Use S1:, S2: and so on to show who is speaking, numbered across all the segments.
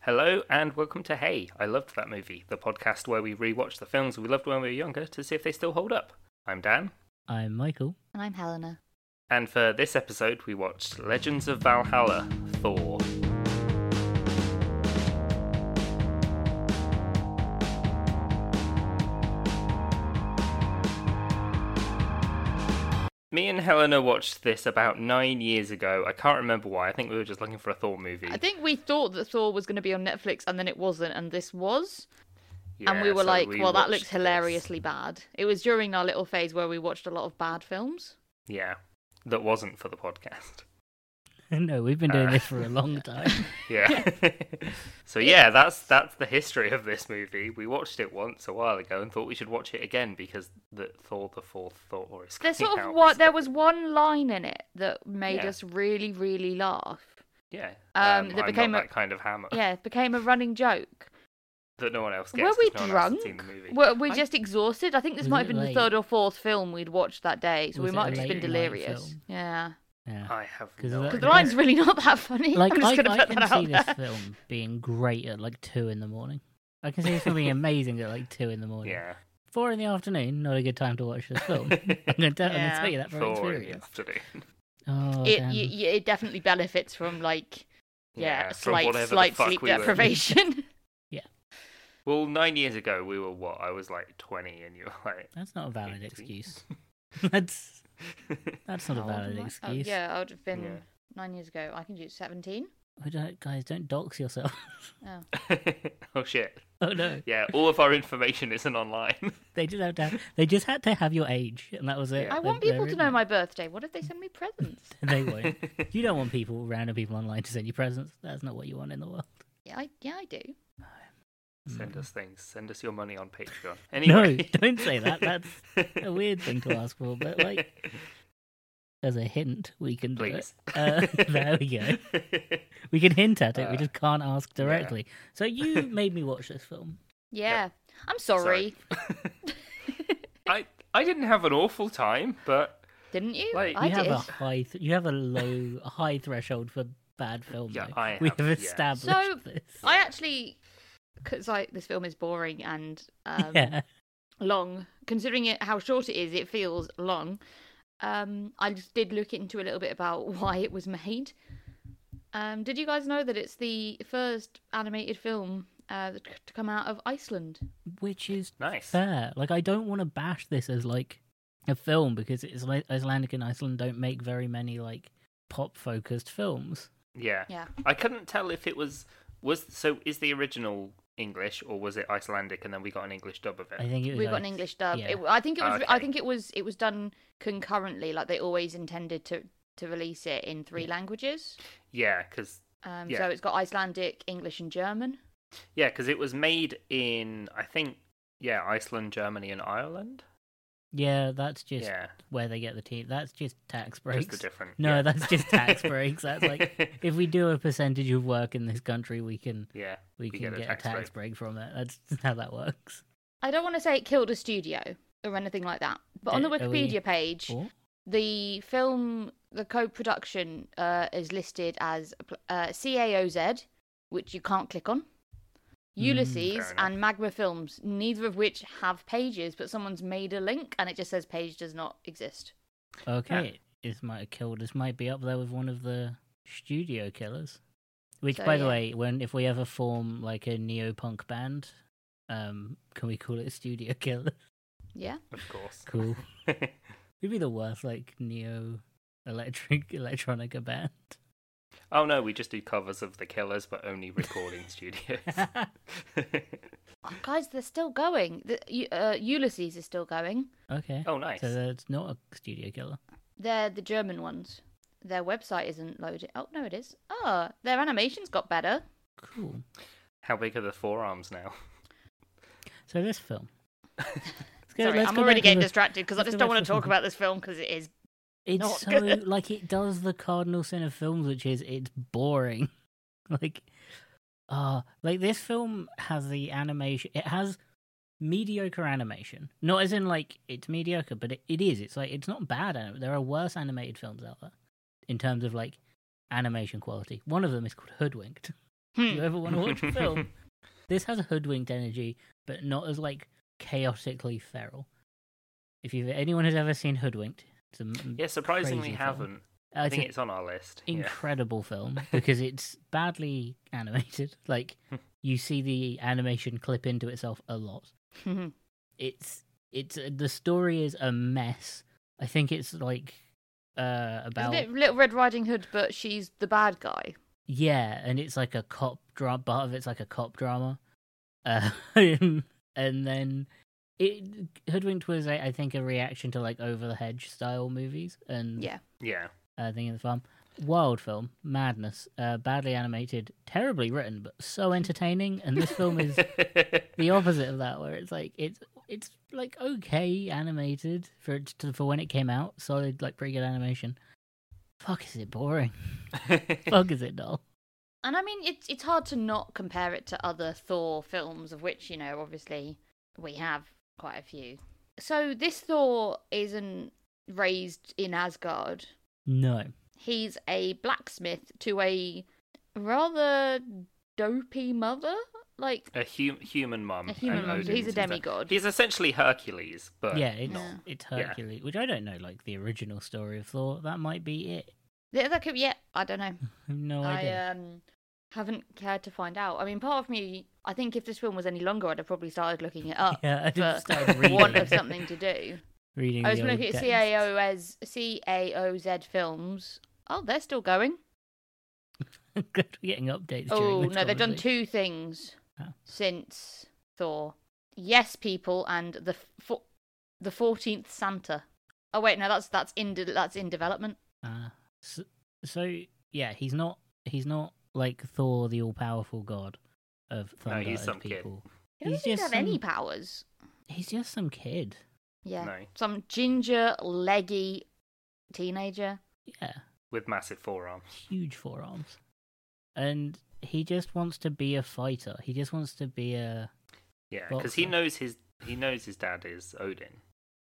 S1: Hello and welcome to Hey, I Loved That Movie, the podcast where we rewatch the films we loved when we were younger to see if they still hold up. I'm Dan,
S2: I'm Michael.
S3: And I'm Helena.
S1: and for this episode we watched Legends of Valhalla, Thor. Me and Helena watched this about nine years ago. I can't remember why. I think we were just looking for a Thor movie.
S3: I think we thought that Thor was going to be on Netflix and then it wasn't, and this was. and
S1: Yeah,
S3: we were
S1: so
S3: like,
S1: we
S3: well, that
S1: watched
S3: looks
S1: this.
S3: hilariously bad. It was during our little phase where we watched a lot of bad films.
S1: Yeah, that wasn't for the podcast.
S2: no, we've been doing
S1: Uh.
S2: this for a long time.
S1: Yeah. so yeah, that's that's the history of this movie. We watched it once a while ago and thought we should watch it again because the Thor the Fourth Thor is
S3: There's
S1: coming
S3: sort of
S1: out.
S3: what there was one line in it that made
S1: Yeah.
S3: us really, really laugh.
S1: Yeah.
S3: um,
S1: that
S3: that became a-
S1: that kind of hammer
S3: Yeah, it became a running joke.
S1: that no one else gets.
S3: Were we
S1: 'cause no one else has
S3: drunk?
S1: seen the movie.
S3: Were we
S1: I-
S3: just exhausted? I think this
S2: Was
S3: might
S2: it
S3: have been
S2: like-
S3: the third or fourth film we'd watched that day, so we
S2: Was it
S3: might
S2: a
S3: have just been
S2: late night
S3: delirious.
S2: film?
S3: Yeah,
S2: Yeah.
S1: I have
S2: 'Cause
S1: no.
S2: that-
S3: because
S1: idea.
S3: the line's really not that funny.
S2: Like
S3: I'm
S2: I,
S3: just going to
S2: I
S3: put
S2: can
S3: that
S2: see
S3: out
S2: this
S3: there.
S2: film being great at like two in the morning. I can see this film being amazing at like two in the morning.
S1: Yeah.
S2: Four in the afternoon, not a good time to watch this film. I'm going to tell, I'm gonna
S3: Yeah.
S2: tell you that from
S1: Thor in the
S2: experience.
S1: afternoon.
S2: Oh,
S3: it
S2: damn.
S3: y- y- it definitely benefits from like yeah,
S1: from
S3: slight
S1: whatever the
S3: slight
S1: fuck
S3: sleep
S1: we were-
S3: deprivation.
S1: Well, nine years ago we were what? I was like twenty, and you were like.
S2: That's not a valid
S1: 18.
S2: excuse. that's that's not a
S3: How old
S2: valid
S3: am I? Oh,
S2: excuse.
S3: yeah, I would have been
S1: Yeah.
S3: nine years ago. I can do seventeen.
S2: We Oh, don't, guys, don't dox yourself.
S3: Oh.
S1: oh shit!
S2: oh no,
S1: Yeah, all of our information isn't online.
S2: they did have to. Have, they just had to have your age, and that was it.
S1: Yeah.
S3: I
S2: They-
S3: want
S2: they're
S3: people to
S2: in
S3: know
S2: it.
S3: my birthday. What if they send me presents?
S2: They won't. You don't want people, random people online, to send you presents. That's not what you want in the world.
S3: yeah, I yeah I do.
S1: Send us things. Send us your money on Patreon.
S2: No,
S1: Anyway.
S2: don't say that. That's a weird thing to ask for, but like, as a hint, we can do
S1: Please.
S2: it. Uh, there we go. We can hint at it. we
S1: Uh,
S2: just can't ask directly. So you made me watch this film.
S3: Yeah, I'm sorry.
S1: I I didn't have an awful time, but
S3: Didn't you?
S1: Like,
S3: I
S2: you
S3: did.
S2: have a high, th- you have a low, a high threshold for bad film.
S1: Yeah,
S2: though.
S1: I
S2: we
S1: have,
S2: have
S1: yeah.
S2: established
S3: So,
S2: this.
S3: I actually because like this film is boring and um,
S2: yeah,
S3: long. Considering it how short it is, it feels long. Um, I just did look into a little bit about why it was made. Um, did you guys know that it's the first animated film uh, to come out of Iceland?
S2: which is
S1: nice.
S2: fair. Like I don't want to bash this as like a film because it's like Icelandic and Iceland don't make very many like pop focused films.
S1: Yeah.
S3: Yeah.
S1: I couldn't tell if it was was so is the original English or was it Icelandic and then we got an English dub of
S2: I
S1: it?
S2: think it was
S3: We got an
S2: like-
S3: English dub.
S2: yeah.
S3: It, I think it was.
S1: Ah, Okay.
S3: I think it was. It was done concurrently, like they always intended to to release it in three languages.
S1: Yeah, cuz
S3: Um,
S1: Yeah.
S3: So it's got Icelandic, English, and German.
S1: yeah, cuz it was made in I think yeah, Iceland, Germany and Ireland.
S2: Yeah, that's just
S1: yeah.
S2: where they get the team. That's just tax breaks.
S1: Just the different.
S2: no,
S1: yeah.
S2: that's just tax breaks. That's like if we do a percentage of work in this country, we can
S1: Yeah.
S2: we, can get, a tax,
S1: break.
S2: break from it. That's how that works.
S3: I don't want to say it killed a studio or anything like that, but on the
S2: Don't- are we-
S3: Wikipedia page,
S1: Oh,
S2: Or
S3: the film, the co-production uh, is listed as uh, CAOZ, which you can't click
S2: Hmm,
S3: on. Ulysses
S1: Fair enough.
S3: and Magma Films, neither of which have pages, but someone's made a link and it just says page does not exist.
S2: okay, this might have killed. This might be up there with one of the studio killers. Which,
S3: So,
S2: by the
S3: yeah.
S2: way, when if we ever form like a neo punk band, um, can we call it studio killer?
S3: Yeah,
S1: Of course.
S2: Cool. We'd be the worst like neo electric electronica band.
S1: oh no, we just do covers of The Killers but only recording studios.
S3: oh, guys, they're still going. The, U- uh, Ulysses is still going.
S2: okay.
S1: oh nice.
S2: So that's not a studio killer.
S3: They're the German ones. Their website isn't loaded. Oh no, it is. Ah, their animations got better.
S2: Cool.
S1: How big are the forearms now?
S2: So this film. Let's
S3: Sorry,
S2: let's
S3: I'm
S2: go back
S3: already
S2: to
S3: getting
S2: the-
S3: distracted because I
S2: let's
S3: just
S2: go
S3: don't
S2: back
S3: want
S2: to
S3: to talk
S2: the-
S3: about this film because it is.
S2: It's
S3: not
S2: so
S3: good.
S2: like it does the cardinal sin of films, which is it's boring. like, uh like this film has the animation. It has mediocre animation. Not as in like it's mediocre, but it, it is. It's like it's not bad. Anim- there are worse animated films out there in terms of like animation quality. One of them is called Hoodwinked,
S3: Hmm.
S2: you ever want to watch a film, this has hoodwinked energy, but not as like chaotically feral. If you anyone has ever seen Hoodwinked, it's a m-
S1: Yeah, surprisingly
S2: Crazy film.
S1: haven't.
S2: uh,
S1: I
S2: it's
S1: think
S2: an
S1: it's on our list. Yeah.
S2: incredible film because it's badly animated. Like
S1: Hmm.
S2: you see the animation clip into itself a lot. It's it's uh, the story is a mess. I think it's like uh about
S3: Isn't it Little Red Riding Hood, but she's the bad guy?
S2: Yeah, and it's like a cop drama. Part of it's like a cop drama, uh, and then it Hoodwinked was, I, I think, a reaction to like over the hedge style movies and
S3: Yeah.
S1: Yeah.
S2: uh, thing in the farm. Wild film, madness, uh, badly animated, terribly written, but so entertaining. And this film is the opposite of that, where it's like it's it's like okay animated for it to, for when it came out, solid like pretty good animation. Fuck is it boring? Fuck is it dull?
S3: And I mean, it's it's hard to not compare it to other Thor films, of which you know, obviously, we have quite a few. So this Thor isn't raised in Asgard.
S2: No.
S3: He's a blacksmith to a rather dopey mother. Like
S1: a hum- human mum.
S3: A human
S1: and
S3: mum, so
S1: Odin's
S3: he's a
S1: and stuff.
S3: demigod.
S1: He's essentially Hercules, but
S2: yeah, it's
S3: not.
S2: it's
S1: Yeah.
S2: Hercules, which I don't know, like the original story of Thor. That might be it.
S3: Yeah, that could, yeah, I don't know.
S2: Oh, I have no
S3: I
S2: idea.
S3: um haven't cared to find out. I mean, part of me, I think if this film was any longer, I'd have probably started looking it up
S2: yeah, I
S3: for
S2: just started
S3: want
S2: reading.
S3: of something to do.
S2: reading
S3: I was
S2: the old
S3: looking at
S2: text.
S3: CAOZ, CAOZ films. Oh, they're still going.
S2: Good, we're getting updates. during
S3: Oh
S2: this
S3: no, they've done
S2: conversation.
S3: two things
S2: Oh.
S3: since Thor. Yes, people, and the fo- the fourteenth Santa. Oh wait, no, that's that's in de- that's in development.
S2: Uh, so, so yeah, he's not he's not like Thor, the all powerful god of
S1: No,
S2: thunder
S1: he's
S2: and
S1: some kid.
S2: people.
S3: He doesn't
S2: He's
S3: seem to
S2: just
S3: have any
S2: some-
S3: powers.
S2: He's just some kid.
S3: Yeah,
S1: No.
S3: some ginger leggy teenager.
S2: Yeah,
S1: with massive forearms.
S2: huge forearms, and he just wants to be a fighter. He just wants to be a
S1: Yeah, because he
S2: Boxer.
S1: knows his he knows his dad is Odin.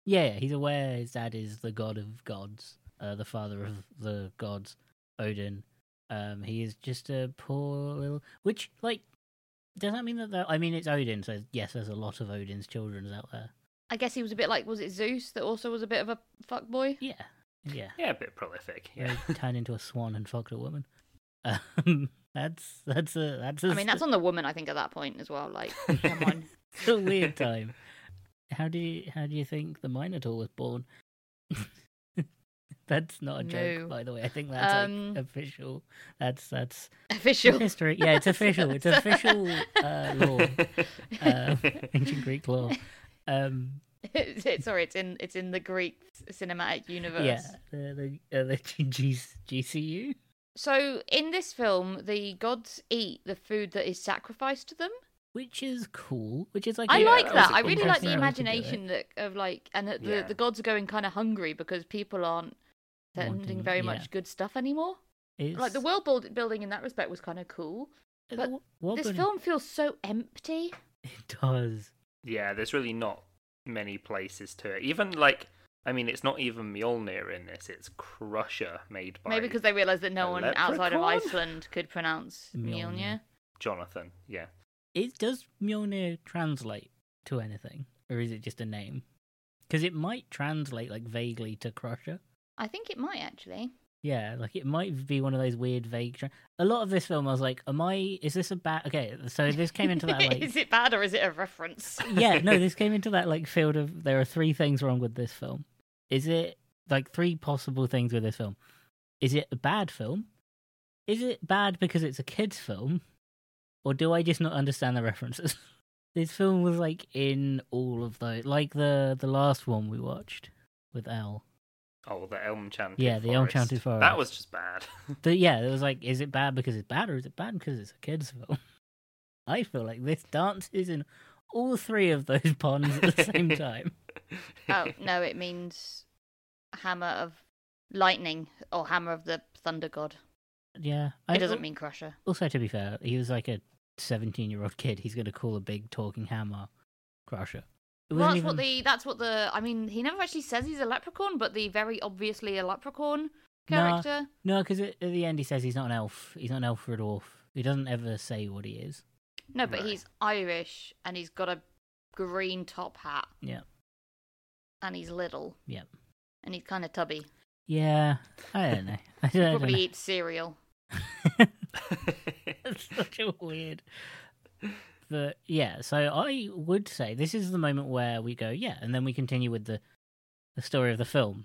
S2: Yeah, yeah, he's aware his dad is the god of gods, uh, the father of the gods, Odin. Um, he is just a poor little. Which, like, does that mean that? there- I mean, it's Odin, so yes, there's a lot of Odin's children out there.
S3: I guess he was a bit like was it Zeus that also was a bit of a fuck boy.
S2: Yeah, yeah.
S1: Yeah, a bit prolific. Yeah.
S2: yeah. turned into a swan and fucked a woman. Um, that's that's a that's a
S3: I mean, that's on the woman I think at that point as well. Like, come on.
S2: It's a weird time. How do you how do you think the Minotaur was born? that's not a joke,
S3: No.
S2: by the way. I think that's
S3: Um,
S2: like, official. That's that's
S3: Official.
S2: history. Yeah, it's official. It's official uh, law, uh, ancient Greek law. Um,
S3: It's- it's- Sorry, it's in it's in the Greek cinematic universe.
S2: yeah, the the, uh, the G- GCU.
S3: So in this film, the gods eat the food that is sacrificed to them.
S2: Which is cool. Which is like
S3: I
S1: Yeah,
S3: like
S1: that
S3: that.
S1: was a
S3: I
S1: cool
S3: really like the
S1: concept.
S3: imagination that of like, and that the,
S1: Yeah.
S3: the gods are going kind of hungry because people aren't sending
S2: Wanting-
S3: very
S2: yeah.
S3: much good stuff anymore.
S2: It's,
S3: Like the world build- building in that respect was kind of cool.
S2: uh,
S3: but
S2: Wa- Warburton-
S3: This film feels so empty.
S2: It does.
S1: yeah, there's really not many places to it. Even like, I mean, it's not even Mjolnir in this. It's Crusher made by
S3: Maybe because they realised that no
S1: a
S3: one outside of
S1: leprechaun?
S3: Iceland could pronounce
S2: Mjolnir.
S3: Mjolnir.
S1: Jonathan. Yeah,
S2: It does Mjolnir translate to anything, or is it just a name? Because it might translate like vaguely to Crusher.
S3: I think it might actually.
S2: Yeah, like it might be one of those weird vague. Tra- a lot of this film, I was like, "Am I? Is this a bad?" Okay, so this came into that like
S3: is it bad or is it a reference?
S2: yeah, no, this came into that like field of there are three things wrong with this film. Is it like three possible things with this film? Is it a bad film? Is it bad because it's a kids film? Or do I just not understand the references? this film was like in all of those, like the the last one we watched with L.
S1: Oh, the Elm Chanted
S2: Yeah, the Elm Chanted
S1: That
S2: Forest.
S1: was just bad.
S2: But yeah, it was like, is it bad because it's bad, or is it bad because it's a kids film? I feel like this dances in all three of those ponds at the same time.
S3: oh no, it means hammer of lightning or hammer of the thunder god.
S2: Yeah,
S3: It
S2: I-
S3: doesn't mean crusher.
S2: Also, to be fair, he was like a 17 year old kid. He's going to call a big talking hammer Crusher. It
S3: Well, that's
S2: wasn't
S3: what
S2: even-
S3: the that's what the I mean, he never actually says he's a leprechaun, but the very obviously a leprechaun
S2: Nah.
S3: character.
S2: No, because at at the end he says he's not an elf. He's not an elf or a dwarf. He doesn't ever say what he is.
S3: No, but
S1: Right.
S3: he's Irish and he's got a green top hat
S2: Yeah,
S3: and he's little
S2: yeah,
S3: and he's kind of tubby.
S2: yeah. I don't know. I don't, I don't
S3: Probably eats cereal.
S2: know. That's such a weird. But yeah, so I would say this is the moment where we go, yeah, and then we continue with the the story of the film.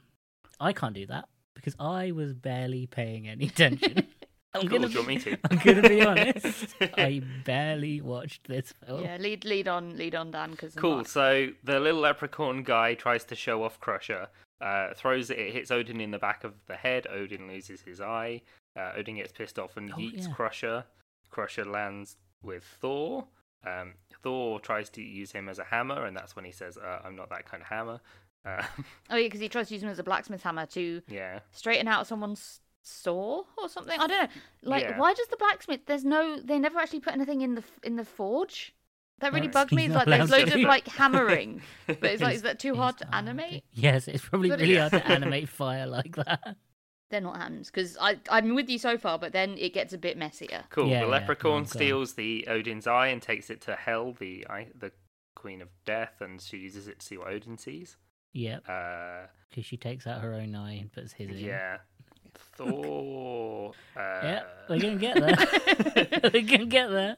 S2: I can't do that because I was barely paying any attention. I'm
S1: Cool,
S2: gonna
S1: Oh, do you want me to?
S2: I'm gonna be honest. I barely watched this film.
S3: Yeah, lead lead on, lead on, Dan. Because
S1: Cool. So the little leprechaun guy tries to show off Crusher, uh, throws it, it hits Odin in the back of the head. Odin loses his eye. Uh, Odin gets pissed off and
S2: Oh,
S1: yeets
S2: yeah.
S1: Crusher. Crusher lands with Thor. Um, Thor tries to use him as a hammer, and that's when he says, uh, "I'm not that kind of hammer." Uh,
S3: Oh yeah, because he tries to use him as a blacksmith hammer to
S1: yeah,
S3: straighten out someone's saw or something. I don't know. Like,
S1: Yeah.
S3: why does the blacksmith? There's no. They never actually put anything in the in the forge. That really
S1: Right.
S3: bugged me.
S2: He's
S3: It's
S2: not
S3: like there's
S2: allowed
S3: loads
S1: to.
S3: of like hammering, but it's
S2: It's-
S3: like is that too
S2: It's
S3: hard to
S2: hard to-
S3: animate?
S2: Yes, it's probably
S3: But it-
S2: really hard to animate fire like that.
S3: They're not hands because I I'm with you so far, but then it gets a bit messier.
S1: cool.
S2: Yeah, yeah.
S1: the leprechaun
S2: Oh, God.
S1: steals the Odin's eye and takes it to Hel, the eye, the queen of death, and she uses it to see what Odin sees.
S2: Yep,
S1: Uh,
S2: because she takes out her own eye and puts his in.
S1: Yeah. Thor. Uh,
S2: yeah, we're gonna get there. we're gonna get there.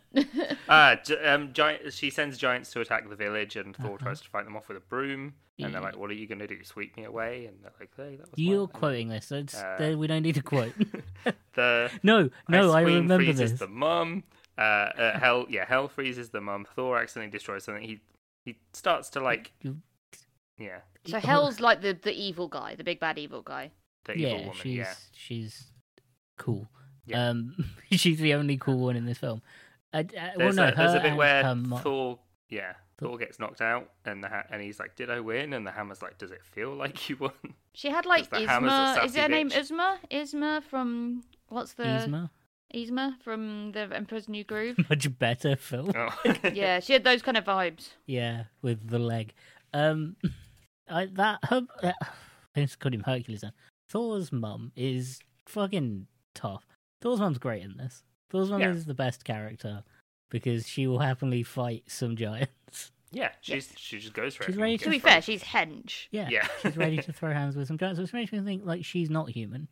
S1: Ah, gi- um, giant. She sends giants to attack the village, and Thor
S2: Uh-huh.
S1: tries to fight them off with a broom. And they're
S2: Yeah.
S1: like, "What are you gonna do? Sweep me away?" And they're like, "Hey, that was mine."
S2: You're quoting this. So it's,
S1: Uh,
S2: there- we don't need to quote.
S1: the
S2: No, no,
S1: Ice
S2: I
S1: Queen
S2: remember
S1: freezes
S2: this.
S1: the mum. Uh, uh, hell, yeah, hell freezes the mum. Thor accidentally destroys something. He he starts to like,
S2: You-
S1: yeah,
S3: So Hell's like the the evil guy, the big bad evil guy.
S1: the
S2: yeah,
S1: evil woman.
S2: she's
S1: Yeah,
S2: she's cool.
S1: Yeah.
S2: Um, she's the only cool one in this film. I, I, well,
S1: there's,
S2: no,
S1: a, there's
S2: her
S1: a bit
S2: and
S1: where
S2: her mo-
S1: Thor, yeah,
S2: Thor-
S1: Thor gets knocked out, and the ha- and he's like, "Did I win?" And the hammer's like, "Does it feel like you won?"
S3: She had like
S1: the hammer's a
S3: Isma. Is
S1: sassy
S3: her name
S1: bitch.
S3: Isma? Isma from what's the
S2: Yzma,
S3: Yzma from the Emperor's New Groove?
S2: much better film.
S1: Oh.
S3: yeah, she had those kind of vibes.
S2: Yeah, with the leg. Um, I, that her, uh, I just called him Hercules. Then. Thor's mum is fucking tough. Thor's mum's great in this. Thor's mum
S1: Yeah.
S2: is the best character because she will happily fight some giants.
S1: Yeah, she's she just goes for it.
S2: She's
S1: and
S2: ready
S1: gets
S3: To be
S1: thrown.
S3: fair, she's hench.
S2: Yeah,
S1: Yeah.
S2: she's ready to throw hands with some giants, which makes me think like she's not human,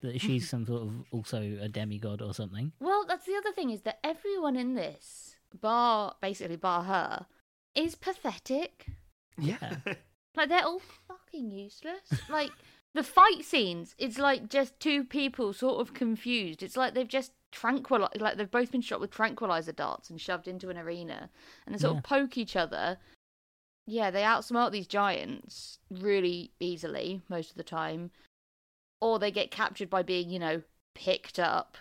S2: that she's some sort of also a demigod or something.
S3: Well, that's the other thing is that everyone in this, bar basically bar her, is pathetic.
S1: Yeah.
S3: Like they're all fucking useless. Like the fight scenes, it's like just two people sort of confused. It's like they've just tranquilized, like they've both been shot with tranquilizer darts and shoved into an arena, and they sort
S2: Yeah.
S3: of poke each other. Yeah, they outsmart these giants really easily most of the time, or they get captured by being, you know, picked up.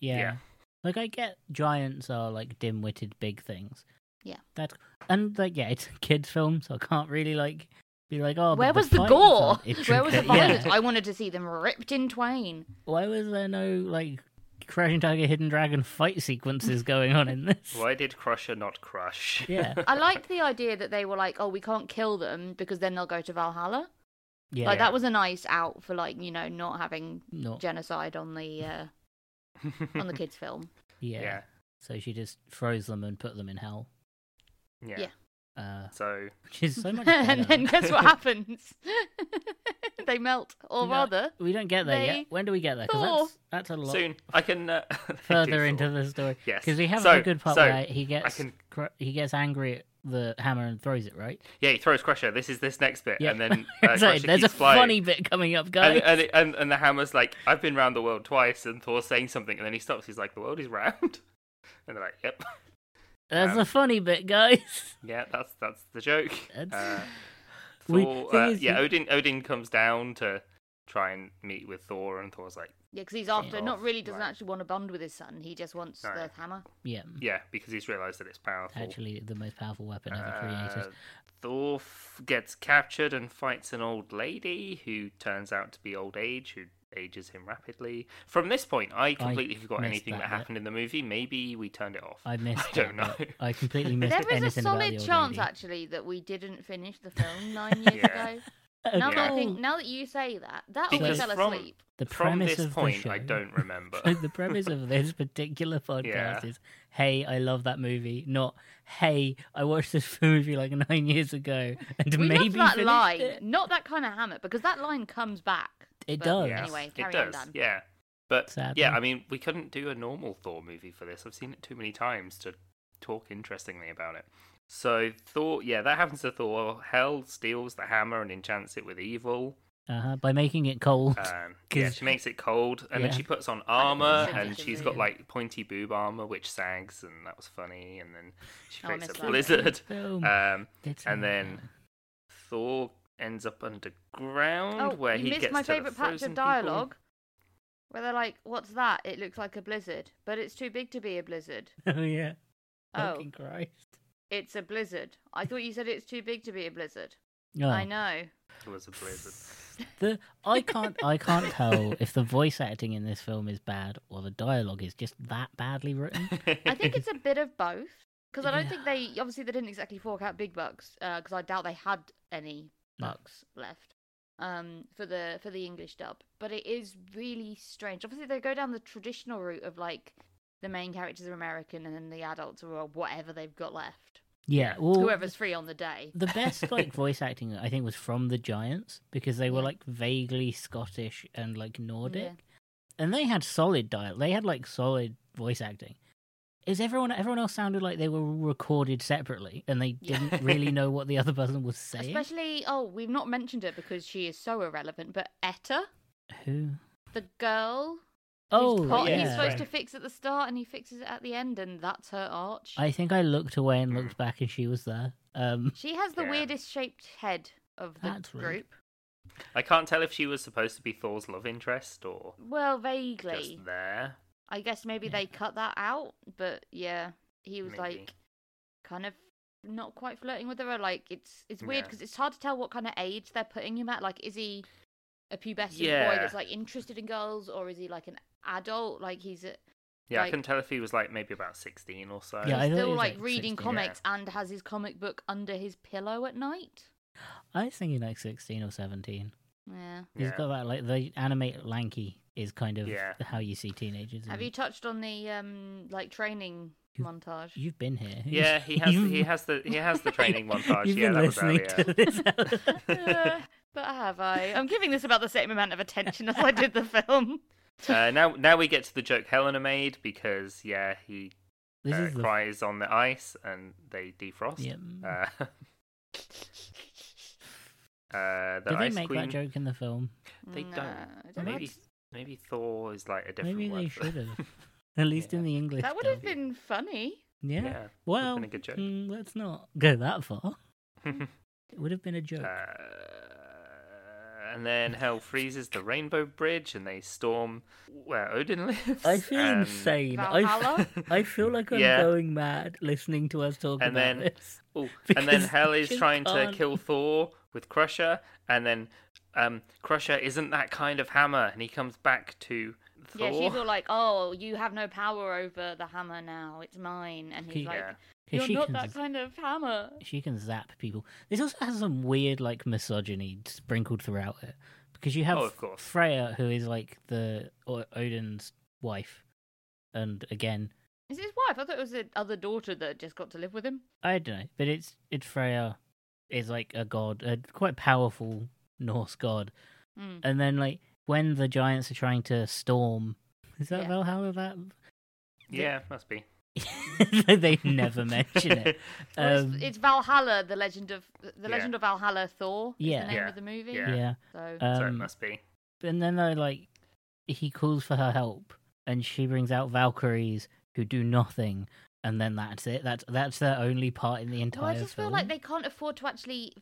S2: Yeah.
S1: Yeah.
S2: Like I get giants are like dim-witted big things.
S3: Yeah.
S2: That and like yeah, it's a kids film, so I can't really like be like oh. but
S3: Where was the
S2: fights
S3: gore?
S2: aren't intricate.
S3: Where was the
S2: Yeah.
S3: violence? I wanted to see them ripped in twain.
S2: Why was there no like Crashing Tiger, Hidden Dragon fight sequences going on in this?
S1: Why did Crusher not crush?
S2: Yeah.
S3: I liked the idea that they were like, oh, we can't kill them because then they'll go to Valhalla.
S2: Yeah.
S3: Like that was a nice out for like you know not having
S2: not.
S3: genocide on the uh, on the kids film.
S2: Yeah.
S1: Yeah.
S2: So she just froze them and put them in hell.
S1: Yeah.
S3: Yeah.
S2: Uh,
S1: So
S2: which is so much
S3: and
S2: better.
S3: then guess what happens? they melt, or
S2: No,
S3: rather,
S2: we don't get there
S3: they
S2: yet. When do we get there?
S3: thaw.
S2: Because that's, that's a lot
S1: soon I can uh,
S2: further into the story.
S1: Yes.
S2: Because we have
S1: So-
S2: a good part
S1: so,
S2: where he gets
S1: can-
S2: cr- he gets angry at the hammer and throws it right.
S1: yeah, he throws Crusher. This is this next bit, and then uh,
S2: Sorry,
S1: Crusher
S2: there's a
S1: keeps flying.
S2: funny bit coming up, guys.
S1: And, and, it- and and the hammer's like, I've been round the world twice, and Thor's saying something, and then he stops. He's like, the world is round, and they're like, yep,
S2: there's
S1: um,
S2: a funny bit, guys.
S1: yeah, that's that's the joke.
S2: That's-
S1: Uh,
S2: We-
S1: Thor,
S2: thing
S1: uh,
S2: is,
S1: yeah,
S2: we-
S1: Odin Odin comes down to try and meet with Thor, and Thor's like,
S3: yeah, because he's after
S1: Yeah.
S3: not really doesn't
S1: Right.
S3: actually want to bond with his son. He just wants
S1: No.
S3: the hammer.
S2: Yeah,
S1: yeah, because he's realised that it's powerful.
S2: actually, the most powerful weapon ever
S1: Uh,
S2: created.
S1: Thor f- gets captured and fights an old lady who turns out to be old age, who ages him rapidly. From this point, I completely forgot
S2: missed
S1: anything
S2: that
S1: that,
S2: bit.
S1: happened in the movie. Maybe we turned it off.
S2: I missed.
S1: I don't
S2: that bit.
S1: know.
S2: I completely missed
S3: There is a
S2: anything about the
S3: solid
S2: old
S3: chance
S2: lady.
S3: actually that we didn't finish the film nine years
S1: Yeah.
S3: ago. Now that I
S1: Okay.
S3: think,
S2: Oh.
S3: now that you say that, that
S1: Because
S3: always fell
S1: from-
S3: asleep.
S2: The
S1: From
S2: premise
S1: this
S2: of the
S1: point,
S2: show,
S1: I don't remember.
S2: the premise of this particular podcast
S1: Yeah.
S2: is, "Hey, I love that movie." Not, "Hey, I watched this movie like nine years ago and
S3: We
S2: maybe
S3: love that
S2: finished
S3: line,
S2: it."
S3: not that kind of hammer, because that line comes back.
S2: It
S3: But
S2: does.
S1: Yes,
S3: Anyway,
S1: it
S3: carry on,
S1: does.
S3: Dan.
S1: Yeah, but
S2: Sadly.
S1: yeah, I mean, we couldn't do a normal Thor movie for this. I've seen it too many times to talk interestingly about it. So Thor, yeah, that happens to Thor. Hell steals the hammer and enchants it with evil.
S2: Uh-huh, by making it cold.
S1: Um, yeah,
S2: 'Cause-
S1: she makes it cold, and
S2: yeah.
S1: then she puts on armor,
S3: sense
S1: and
S3: it,
S1: she's
S3: yeah.
S1: got like pointy boob armor, which sags, and that was funny. And then she
S3: Oh, I
S1: creates
S3: missed
S1: a
S3: that.
S1: blizzard.
S2: Boom.
S1: Um,
S2: It's
S1: and
S2: like
S1: then
S2: that.
S1: Thor ends up underground,
S3: Oh,
S1: where
S3: you
S1: he
S3: missed
S1: gets
S3: my
S1: to the
S3: favourite patch
S1: frozen
S3: of
S1: people.
S3: dialogue where they're like, "What's that? It looks like a blizzard, but it's too big to be a blizzard."
S2: oh yeah,
S3: Oh,
S2: fucking Christ.
S3: it's a blizzard. I thought you said it's too big to be a blizzard.
S2: Oh.
S3: I know.
S1: It was a blizzard.
S2: The I can't I can't tell if the voice acting in this film is bad or the dialogue is just that badly written.
S3: I think it's a bit of both because I don't think
S2: Yeah.
S3: they obviously they didn't exactly fork out big bucks because I doubt they had any
S2: No.
S3: bucks left um, for the for the English dub. But it is really strange. Obviously, they go down the traditional route of like the main characters are American and then the adults are whatever they've got left,
S2: Yeah, well,
S3: whoever's free on the day.
S2: the best like voice acting I think was from the Giants because they were
S3: Yeah.
S2: like vaguely Scottish and like Nordic,
S3: Yeah.
S2: and they had solid dial. They had like solid voice acting. Is everyone everyone else sounded like they were recorded separately and they
S3: Yeah.
S2: didn't really know what the other person was saying?
S3: Especially, oh, we've not mentioned it because she is so irrelevant. But Etta,
S2: Who?
S3: the girl
S2: Oh,
S3: whose pot
S1: yeah.
S3: he's supposed to
S1: Right.
S3: fix at the start and he fixes it at the end, and that's her arch.
S2: I think I looked away and
S1: Mm.
S2: looked back, and she was there. Um,
S3: She has the
S1: Yeah.
S3: weirdest shaped head of the
S2: That's weird.
S3: group.
S1: I can't tell if she was supposed to be Thor's love interest or
S3: Well, vaguely.
S1: just there.
S3: I guess maybe
S2: Yeah.
S3: they cut that out, but yeah, he was
S1: Maybe.
S3: like kind of not quite flirting with her. Like it's it's weird
S1: Yeah.
S3: because it's hard to tell what kind of age they're putting him at. Like, is he a pubescent boy
S1: Yeah.
S3: that's like interested in girls, or is he like an adult? Like he's a,
S1: Yeah,
S3: Like-
S1: I can tell if he was like maybe about sixteen or so.
S2: Yeah, I thought
S3: he's
S2: he
S3: still
S2: was,
S3: like,
S2: like, 16.
S3: reading
S1: Yeah.
S3: comics and has his comic book under his pillow at night.
S2: I was thinking like sixteen or seventeen.
S3: Yeah.
S2: He's
S1: Yeah.
S2: got that like the animate lanky is kind of
S1: Yeah.
S2: how you see teenagers.
S3: Have
S2: in-
S3: you touched on the um like training
S2: Mm. You-
S3: montage?
S2: You've been here.
S1: Yeah, he has
S2: You've-
S1: he has the he has the training montage.
S2: You've
S1: yeah,
S2: been
S1: that was
S2: listening
S1: earlier.
S2: to this.
S3: Uh, but have I? I'm giving this about the same amount of attention as I did the film.
S1: Uh, now now we get to the joke Helena made because yeah he
S2: this
S1: uh,
S2: is the
S1: cries on the ice and they defrost.
S2: yeah.
S1: Uh, uh, the
S2: Do they
S1: ice
S2: make
S1: queen.
S2: that joke in the film?
S1: They
S3: No,
S1: don't.
S3: I don't
S1: Maybe
S3: think so.
S1: maybe Thor is like a different
S2: Maybe
S1: word
S2: they
S1: for-
S2: should have. At least
S1: Yeah.
S2: in the English.
S3: that would have
S2: dub.
S3: been funny.
S1: yeah,
S2: Yeah.
S1: would've been
S2: Well,
S1: a good joke.
S2: mm, let's not go that far. It would have been a joke.
S1: Uh, and then hell freezes the rainbow bridge and they storm where Odin lives.
S2: I feel
S1: and-
S2: insane. I,
S3: Valhalla.
S2: f- I feel like I'm
S1: Yeah.
S2: going mad listening to us talk
S1: And then-
S2: about this.
S1: Ooh, and then
S2: because
S1: Hell is
S2: you
S1: trying
S2: can't-
S1: to kill Thor with Crusher, and then um, Crusher isn't that kind of hammer, and he comes back to Thor.
S3: Yeah, she's all like, "Oh, you have no power over the hammer now. It's mine." And he's
S2: Yeah.
S3: like,
S1: Yeah.
S2: 'Cause
S3: "You're
S2: she
S3: not
S2: can
S3: that kind of hammer."
S2: she can zap people. This also has some weird like misogyny sprinkled throughout it because you have
S1: Oh, of course.
S2: Freya, who is like the o- Odin's wife, and again,
S3: Is it his wife? I thought it was the other daughter that just got to live with him.
S2: I don't know, but it's it's Freya is like a god, a quite powerful Norse god,
S3: Mm.
S2: and then like when the giants are trying to storm, is that
S3: Yeah.
S2: Valhalla? That
S1: yeah, must be.
S2: they never mention it.
S3: Well,
S2: Um,
S3: it's, it's Valhalla, the legend of the legend of Valhalla. Thor. is
S2: Yeah.
S3: the name
S1: Yeah.
S3: of the movie.
S1: Yeah.
S2: yeah.
S3: So
S1: so it
S2: um,
S1: must be.
S2: and then though like he calls for her help and she brings out valkyries who do nothing and then that's it that's that's their only part in the entire
S3: Well, I just
S2: film
S3: feel like they can't afford to actually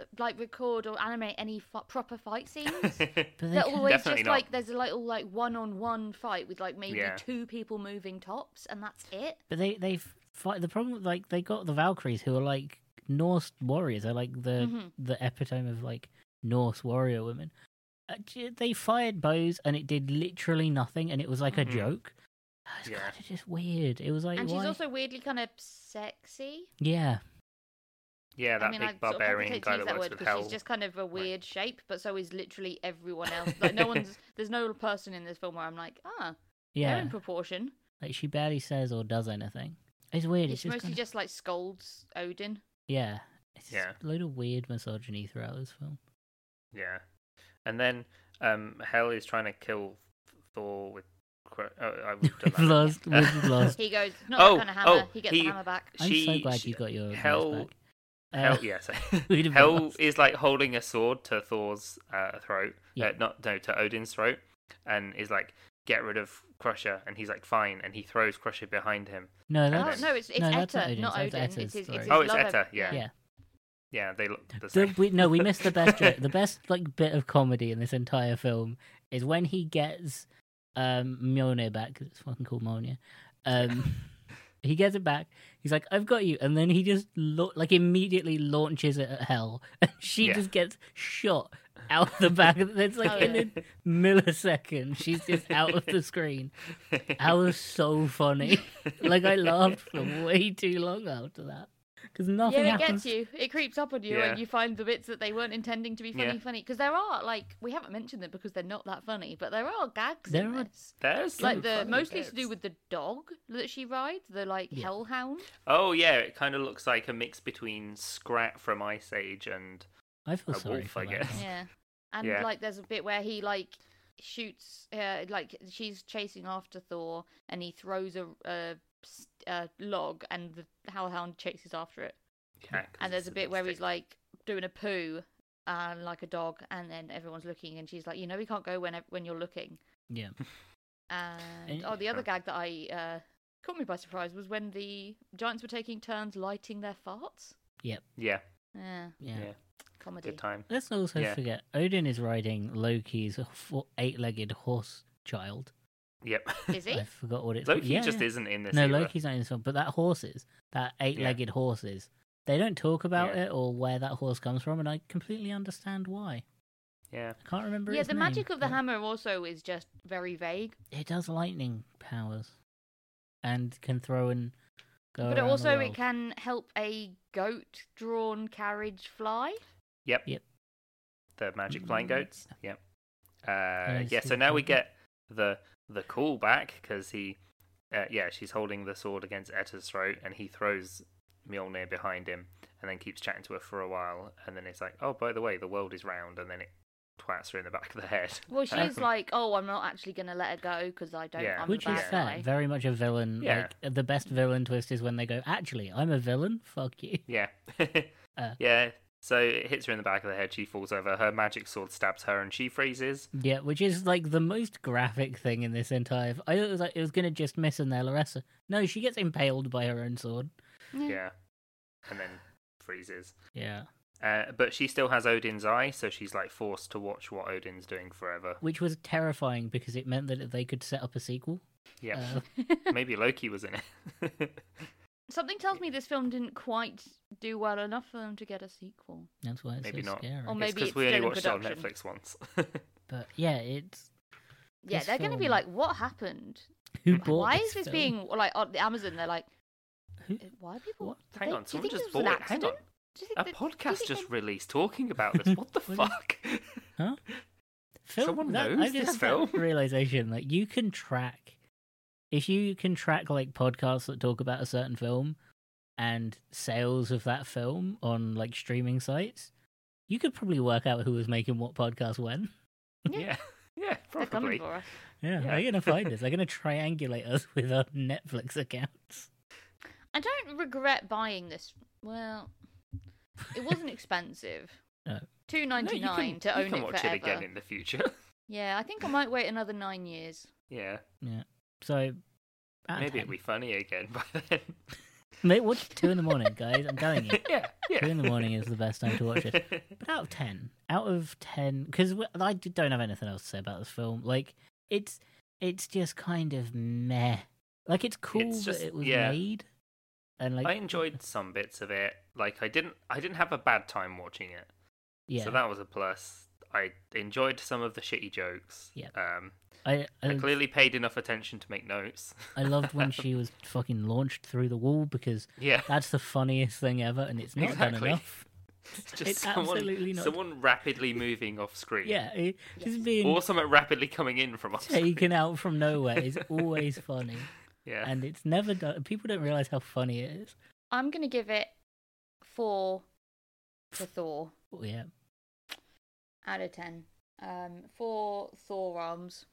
S3: f- like record or animate any f- proper fight scenes.
S2: but they
S3: They're
S2: can-
S3: always
S1: Definitely
S3: just
S1: not.
S3: like there's a little like one-on-one fight with like maybe
S1: Yeah.
S3: two people moving tops, and that's it.
S2: but they they fight the problem like they got the valkyries who are like norse warriors they're like the
S1: Mm-hmm.
S3: Mhm.
S2: the epitome of like norse warrior women Uh, j- they fired bows and it did literally nothing and it was like
S1: Mhm.
S2: a joke it's
S1: Yeah.
S2: kind of just weird it was like
S3: and she's
S2: why-
S3: also weirdly kind of sexy.
S2: yeah
S1: Yeah, that
S3: I mean,
S1: big
S3: I sort of
S1: barbarian
S3: hesitate to
S1: guy
S3: use
S1: that
S3: that
S1: works
S3: word
S1: with
S3: because
S1: hell.
S3: he's just kind of a weird shape, but so is literally everyone else. Like no one's, there's no person in this film where I'm like, ah, they're
S2: Yeah,
S3: in proportion.
S2: like she barely says or does anything. It's weird. It's,
S3: It's,
S2: just,
S3: mostly
S2: kinda-
S3: just like scolds Odin.
S2: yeah, it's just
S1: Yeah.
S2: a load of weird misogyny throughout this film.
S1: Yeah, and then um, Hell is trying to kill Thor with. cro- Oh, I would
S2: We've lost. We've lost.
S3: He goes, not
S1: Oh,
S3: that kind of hammer.
S1: oh,
S3: he gets
S1: he-
S3: the hammer back.
S2: I'm so glad you got your
S1: Hell-
S2: Back. Uh,
S1: Hell, yes.
S2: we'd have
S1: Hell
S2: lost.
S1: is like holding a sword to Thor's uh, throat.
S2: Yeah.
S1: Uh, not no to Odin's throat, and is like, "Get rid of Crusher," and he's like, "Fine," and he throws Crusher behind him.
S2: No,
S3: Oh,
S2: that's
S3: no, it's it's
S2: no, that's not
S3: Etta,
S2: Odin's,
S3: not
S2: that's
S3: Odin.
S2: Etta's
S3: It's his, it's
S2: throat.
S3: his
S1: Oh, it's
S3: love
S1: Etta, yeah.
S2: yeah.
S1: Yeah, they look the
S2: The,
S1: same.
S2: we, no, we missed the best joke. The best like bit of comedy in this entire film is when he gets um Mjolnir back 'cause it's fucking called Mjolnir. Um, he gets it back. He's like, "I've got you," and then he just lo- like immediately launches it at hell, and she
S1: Yeah.
S2: just gets shot out the back. of- It's like
S3: Oh,
S2: in
S3: yeah.
S2: a millisecond, she's just out of the screen. That was so funny. like I laughed for way too long after that because nothing
S3: yeah, it
S2: happens.
S3: gets you. It creeps up on you,
S1: Yeah.
S3: and you find the bits that they weren't intending to be funny,
S1: Yeah.
S3: funny. Because there are like we haven't mentioned them because they're not that funny, but there are gags.
S2: There
S3: in
S2: are
S3: this.
S1: There's some
S3: like the
S1: funny
S3: mostly to
S1: bits.
S3: do with the dog that she rides, the like
S2: Yeah.
S3: hellhound.
S1: Oh yeah, it kind of looks like a mix between Scrat from Ice Age and
S2: I feel
S1: A
S2: sorry
S1: wolf,
S2: for
S1: I
S2: that
S1: guess.
S2: guy.
S3: Yeah, and
S1: Yeah.
S3: like there's a bit where he like shoots, uh, like she's chasing after Thor, and he throws a, a, s- a log, and the hellhound chases after it.
S1: yeah, 'cause
S3: and there's
S1: it's
S3: a bit where
S1: big
S3: he's like doing a poo uh, like a dog and then everyone's looking and she's like you know we can't go when ev- when you're looking
S2: Yeah.
S3: and
S2: Eh.
S3: oh the other gag that i uh caught me by surprise was when the giants were taking turns lighting their farts
S1: stick. Yeah,
S3: yeah
S2: Yeah.
S1: Yeah.
S3: comedy
S1: good time.
S2: Let's not also
S1: Yeah.
S2: forget Odin is riding Loki's four, eight-legged horse child.
S1: Yep.
S3: is he
S2: I forgot what it's
S1: Loki
S2: called. Yeah,
S1: just
S2: yeah.
S1: isn't in this.
S2: No,
S1: era.
S2: Loki's not in this one, but that horse is that eight-legged horse is. They don't talk about
S1: Yeah.
S2: it or where that horse comes from, and I completely understand why.
S1: Yeah,
S2: I can't remember.
S3: yeah
S2: its
S3: the
S2: name,
S3: magic of the
S2: but
S3: hammer also is just very vague
S2: It does lightning powers, and can throw and go.
S3: but it
S2: around the
S3: also it
S2: world.
S3: can help a goat drawn carriage fly
S1: yep.
S2: Yep.
S1: The magic flying
S2: Mm.
S1: goats. Yep. Uh,
S2: it's
S1: yeah.
S2: the
S1: So now we
S2: dragon.
S1: get the the call back because he, uh, yeah, she's holding the sword against Etta's throat, and he throws Mjolnir behind him, and then keeps chatting to her for a while, and then it's like, oh, by the way, the world is round, and then it twats her in the back of the head.
S3: well she's
S1: Um,
S3: like oh i'm not actually gonna let her go because i don't
S1: Yeah.
S3: i'm
S2: Which
S3: a
S2: is
S3: bad
S2: fair.
S3: guy.
S2: Very much a villain.
S1: Yeah.
S2: Like the best villain twist is when they go, "Actually, I'm a villain. Fuck you."
S1: Yeah.
S2: Uh.
S1: Yeah. So it hits her in the back of the head. She falls over. Her magic sword stabs her, and she freezes.
S2: Yeah, which is like the most graphic thing in this entire. f- I thought it was like it was gonna just miss in there, Larissa. No, she gets impaled by her own sword.
S3: Yeah.
S1: Yeah. And then freezes.
S2: Yeah,
S1: Uh, but she still has Odin's eye, so she's like forced to watch what Odin's doing forever.
S2: which was terrifying because it meant that they could set up a sequel.
S1: Yeah.
S2: Uh,
S1: Maybe Loki was in it.
S3: Something tells me this film didn't quite do well enough for them to get a sequel.
S2: that's why it's
S1: Maybe
S2: so
S1: not.
S2: scary.
S3: Or maybe
S1: because
S3: it's
S1: we only
S3: still in
S1: watched it on
S3: production.
S1: Netflix once.
S2: But yeah, it's
S3: Yeah,
S2: This
S3: they're going to be
S2: film-
S3: like, what happened?
S2: who
S1: Mm.
S3: Like,
S2: bought
S3: Why is this
S2: film?
S3: being like on Amazon? They're like, "Uh,
S2: Who-
S3: why are people?
S2: What?
S3: did
S1: Hang
S3: they-
S1: on,
S3: do you
S1: someone
S3: think
S1: just
S3: this was an
S1: bought it. Hang
S3: accident?
S1: on.
S3: Do you think
S1: A
S3: that- do you
S1: podcast
S3: think
S1: just
S3: they-
S1: released talking about this. What the
S2: What
S1: fuck?
S2: Film,
S1: Someone
S2: that, I
S1: knows
S2: just
S1: this
S2: had
S1: film.
S2: that realization that you can track if you can track like podcasts that talk about a certain film and sales of that film on like streaming sites, you could probably work out who was making what podcast when.
S3: Yeah.
S1: yeah. Yeah,
S3: They're
S1: probably.
S3: coming for us.
S1: Yeah.
S2: Yeah, they're gonna find us. They're gonna triangulate us with our Netflix accounts.
S3: I don't regret buying this. Well, it wasn't expensive.
S2: No.
S3: Two ninety
S1: no, you
S3: nine
S1: can,
S3: to own
S1: you can
S3: it
S1: watch
S3: forever.
S1: it again in the future.
S3: Yeah, I think I might wait another nine years.
S1: yeah.
S2: So out of
S1: Maybe
S2: 10.
S1: it'll be funny again by then.
S2: Mate, watch it two in the morning, guys. I'm telling you,
S1: yeah, yeah.
S2: two in the morning is the best time to watch it. But out of ten, out of ten, because I d- don't have anything else to say about this film. Like it's it's just kind of meh. Like it's cool
S1: It's just-
S2: that it was
S1: yeah.
S2: made, and like
S1: I enjoyed some bits of it. Like I didn't I didn't have a bad time watching it.
S2: Yeah,
S1: So that was a plus. I enjoyed some of the shitty jokes.
S2: Yeah.
S1: Um,
S2: I
S1: I
S2: I,
S1: clearly paid enough attention to make notes.
S2: I loved when she was fucking launched through the wall because
S1: yeah.
S2: that's the funniest thing ever, and it's not done
S1: Exactly.
S2: enough.
S1: It's just
S2: It's
S1: someone,
S2: absolutely not-
S1: someone rapidly moving off screen.
S2: Yeah, it, just being
S1: Or someone rapidly coming in from off screen.
S2: taken out from nowhere is always funny,
S1: Yeah.
S2: and it's never done. People don't realize how funny it is.
S3: I'm gonna give it four for Thor
S2: But Oh, yeah,
S3: out of ten. Um, four Thor arms.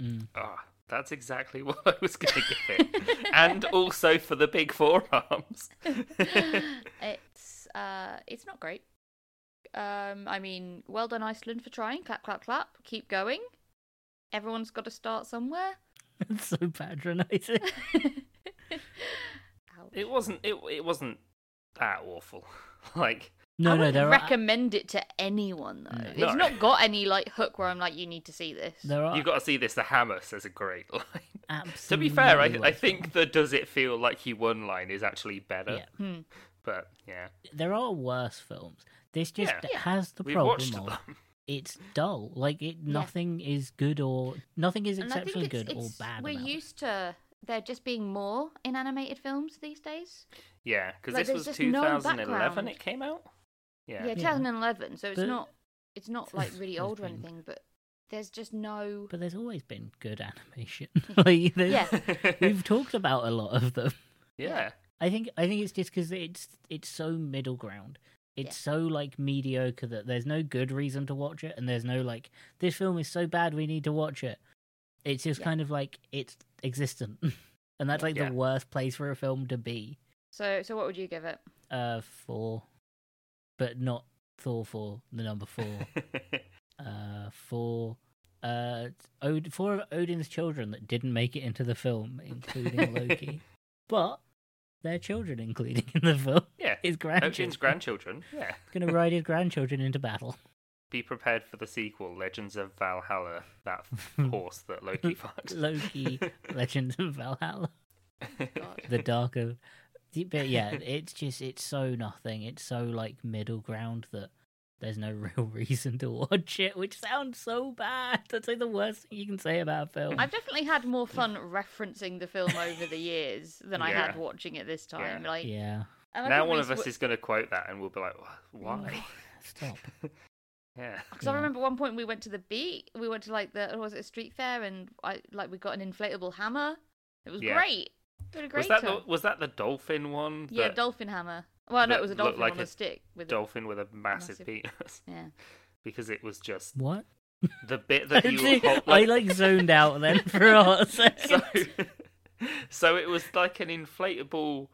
S2: mm.
S1: Ah, that's exactly what I was going to give it. and also for the big forearms.
S3: it's uh, it's not great. Um, I mean, well done Iceland for trying. Clap, clap, clap. Keep going. Everyone's got to start somewhere.
S2: it's so patronizing.
S3: Ow.
S1: It wasn't. It, it wasn't that awful. Like
S2: No,
S3: I
S2: no,
S3: wouldn't
S2: there are
S3: recommend it to anyone though.
S2: No.
S3: It's
S1: No.
S3: not got any like hook where I'm like, you need to see this.
S2: there are
S1: you got to see this. The hammer says a great line. To
S2: absolutely.
S1: be fair, I, I
S2: worse
S1: think the "Does it feel like you won?" line is actually better.
S2: Yeah.
S3: Hmm.
S1: But yeah,
S2: there are worse films. This just
S1: Yeah.
S3: Yeah.
S2: has the
S1: we
S2: problem
S1: watched
S2: of
S1: them.
S2: it's dull. Like it, nothing is good or nothing is
S3: And I think
S2: exceptionally
S3: it's,
S2: good or
S3: it's-
S2: bad.
S3: We're
S2: about it.
S3: used to there just being more in animated films these days.
S1: Yeah, because
S3: Like,
S1: this
S3: there's
S1: was
S3: just no
S1: 2011.
S3: background.
S1: it came out.
S3: Yeah,
S1: Yeah.
S2: Yeah.
S3: 2011. So it's
S2: But-
S3: not it's not like really
S2: There's
S3: old or
S2: been-
S3: anything, but there's just no.
S2: But there's always been good animation. like there's-
S3: Yeah.
S2: we've talked about a lot of them.
S1: yeah.
S2: I think I think it's just because it's it's so middle ground. It's so like mediocre that there's no good reason to watch it, and there's no like this film is so bad we need to watch it. It's just
S3: Yeah.
S2: kind of like it's existent, and that's like
S1: Yeah.
S2: the worst place for a film to be.
S3: So so what would you give it?
S2: Uh, four, but not Thor four, the number four. uh, for uh, Od- four of Odin's children that didn't make it into the film, including Loki. But their children, including in the film,
S1: yeah.
S2: his grandchildren.
S1: Odin's grandchildren. Yeah.
S2: Going to ride his grandchildren into battle.
S1: Be prepared for the sequel, Legends of Valhalla. That horse that Loki fucks.
S2: Loki, Legends of Valhalla,
S3: God.
S2: the Dark of. But yeah, it's just it's so nothing. It's so like middle ground that there's no real reason to watch it, which sounds so bad. That's like the worst thing you can say about a
S1: Mm.
S2: film.
S3: I've definitely had more fun referencing the film over the years than I
S1: Yeah.
S3: had watching it this time.
S1: Yeah.
S3: Like
S2: yeah,
S3: and I
S1: now
S3: think
S1: one
S3: we
S1: of us
S3: sw-
S1: is going to quote that, and we'll be like, "Wh- "Why?"
S2: stop.
S1: yeah.
S3: Because I
S2: Yeah.
S3: remember one point we went to the beach. We went to like the or was it a street fair, and I like we got an inflatable hammer. It was
S1: Yeah.
S3: great. We had a great
S1: Was that
S3: time.
S1: the, was that the dolphin one?
S3: yeah,
S1: That
S3: dolphin hammer. Well, no,
S1: that
S3: it was a
S1: looked
S3: dolphin
S1: like
S3: on a,
S1: a
S3: stick with a
S1: dolphin with a massive,
S3: Massive.
S1: penis.
S3: yeah.
S1: because it was just
S2: What?
S1: the bit that you
S2: Actually,
S1: were hol-
S2: I like zoned out then for a hot
S1: so,
S2: second.
S1: so it was like an inflatable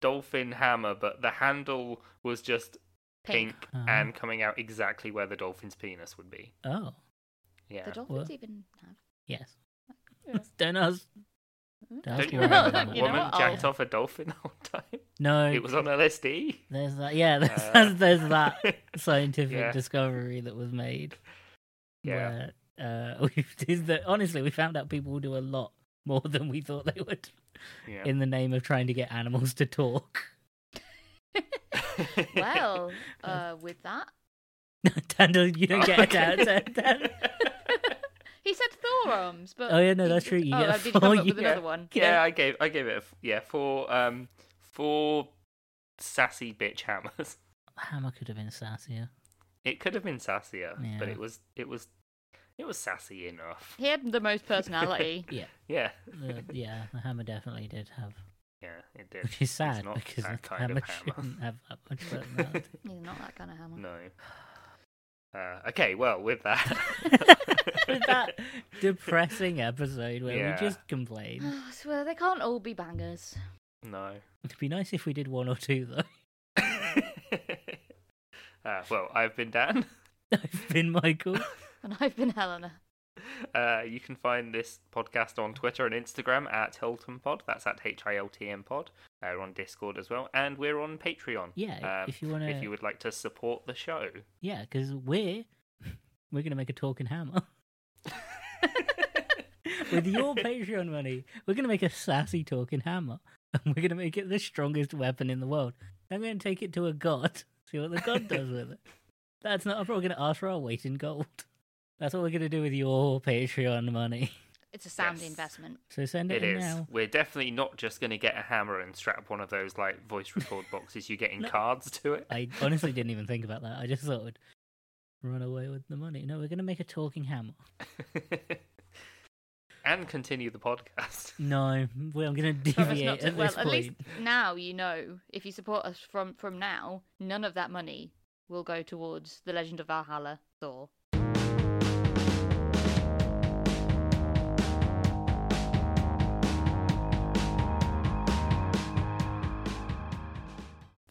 S1: dolphin hammer, but the handle was just pink,
S3: Pink.
S2: Ah.
S1: and coming out exactly where the dolphin's penis would be.
S2: Oh,
S1: Yeah.
S3: The dolphins
S2: What?
S3: even have.
S2: yes.
S3: Yeah.
S2: Don't ask. Don't ask
S1: Hmm? Don't you
S2: why I
S1: remember
S2: don't
S1: that
S2: know.
S3: You know
S1: woman
S3: what? Oh.
S1: jacked
S2: I'll-
S1: off a dolphin the whole time?
S2: No,
S1: It was on LSD.
S2: there's that. Yeah, there's,
S1: Uh,
S2: there's- there's that scientific
S1: Yeah.
S2: discovery that was made.
S1: yeah.
S2: Where, uh, we is that honestly, we found out people do a lot more than we thought they would
S1: yeah.
S2: in the name of trying to get animals to talk.
S3: Well, uh, with that,
S2: Dandel, you don't get it out. Dan- Dan.
S3: he said Thor arms, but
S2: Oh, yeah, no,
S3: he
S2: that's
S3: did-
S2: true, you
S3: oh,
S2: get
S3: I
S2: a
S3: did come
S2: full
S3: up with
S2: year.
S3: another one.
S1: Yeah, I gave I gave it a f- yeah four um four sassy bitch hammers.
S2: Hammer could have been sassier.
S1: It could have been sassier, but
S2: Yeah.
S1: it was it was it was sassy enough.
S3: He had the most personality.
S1: Yeah,
S2: The- yeah, the hammer definitely did have
S1: yeah, it did.
S2: Which is sad
S1: it's not
S2: because
S1: that
S2: the
S1: kind
S2: hammer
S1: of hammer.
S2: shouldn't have that much personality.
S3: He's not that kind of hammer.
S1: No. Uh, okay, well, with that,
S2: With that depressing episode where
S1: Yeah.
S2: we just complain.
S3: I swear they can't all be bangers.
S1: no.
S2: It'd be nice if we did one or two though.
S1: uh, well, I've been Dan.
S2: I've been Michael.
S3: And I've been Helena.
S1: Uh, you can find this podcast on Twitter and Instagram at Hilton Pod. That's at H I L T M Pod. Uh, we're on Discord as well, and we're on Patreon.
S2: Yeah,
S1: Um,
S2: if you wanna,
S1: if you would like to support the show.
S2: yeah, because we're we're gonna make a talking hammer with your Patreon money. We're gonna make a sassy talking hammer, and we're gonna make it the strongest weapon in the world. I'm gonna take it to a god, see what the god does with it. That's not. I'm probably going to ask for our weight in gold. That's what we're going to do with your Patreon money.
S3: It's a sound
S1: Yes.
S3: investment.
S2: So send it,
S1: It
S2: in
S1: is.
S2: now.
S1: We're definitely not just going to get a hammer and strap one of those like voice record boxes you get in cards to it.
S2: I honestly didn't even think about that. I just thought we'd run away with the money. No, we're going to make a talking hammer.
S1: and continue the podcast.
S2: No, well, I'm going to
S3: For us not
S2: deviate
S3: to-
S2: at
S3: well,
S2: this
S3: at
S2: point.
S3: least now you know if you support us from from now, none of that money will go towards the Legend of Valhalla Thor.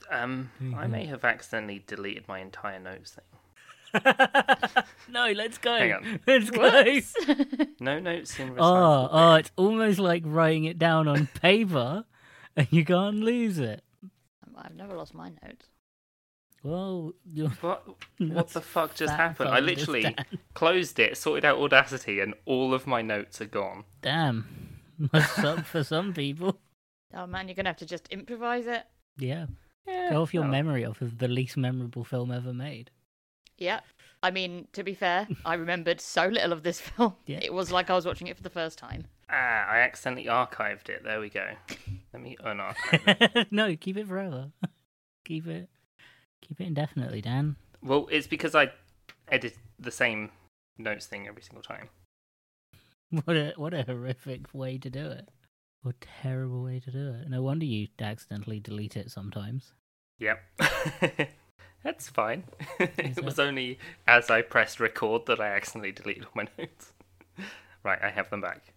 S1: Um, I
S2: Mhm.
S1: may have accidentally deleted my entire notes thing.
S2: no, let's go.
S1: Hang on.
S2: Let's go.
S1: No notes in
S2: Oh,
S1: recycle.
S2: oh, it's almost like writing it down on paper and you can't lose it.
S3: I've never lost my notes.
S2: Well, you're
S1: What? What
S2: That's
S1: the fuck just
S2: that
S1: happened? I
S2: fun to
S1: literally
S2: stand.
S1: closed it, sorted out Audacity, and all of my notes are gone.
S2: damn. Must up for some people.
S3: Oh man, you're gonna have to just improvise it.
S2: Yeah. Go off your
S1: Oh.
S2: memory off of the least memorable film ever made.
S3: Yeah. I mean, to be fair, I remembered so little of this film.
S2: Yeah.
S3: It was like I was watching it for the first time.
S1: Ah, I accidentally archived it. There we go. Let me unarchive.
S2: no, keep it forever. keep it. Keep it indefinitely, Dan.
S1: well, it's because I edit the same notes thing every single time.
S2: What a what a horrific way to do it. What a terrible way to do it. No wonder you accidentally delete it sometimes.
S1: Yep. That's fine. it
S2: that-
S1: was only as I pressed record that I accidentally deleted all my notes. right, I have them back.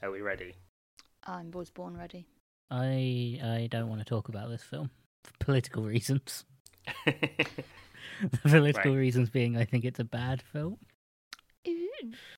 S1: Are we ready?
S3: I was born ready.
S2: I I don't want to talk about this film for political reasons. the political
S1: Right.
S2: reasons being, I think it's a bad film.
S3: Ooh.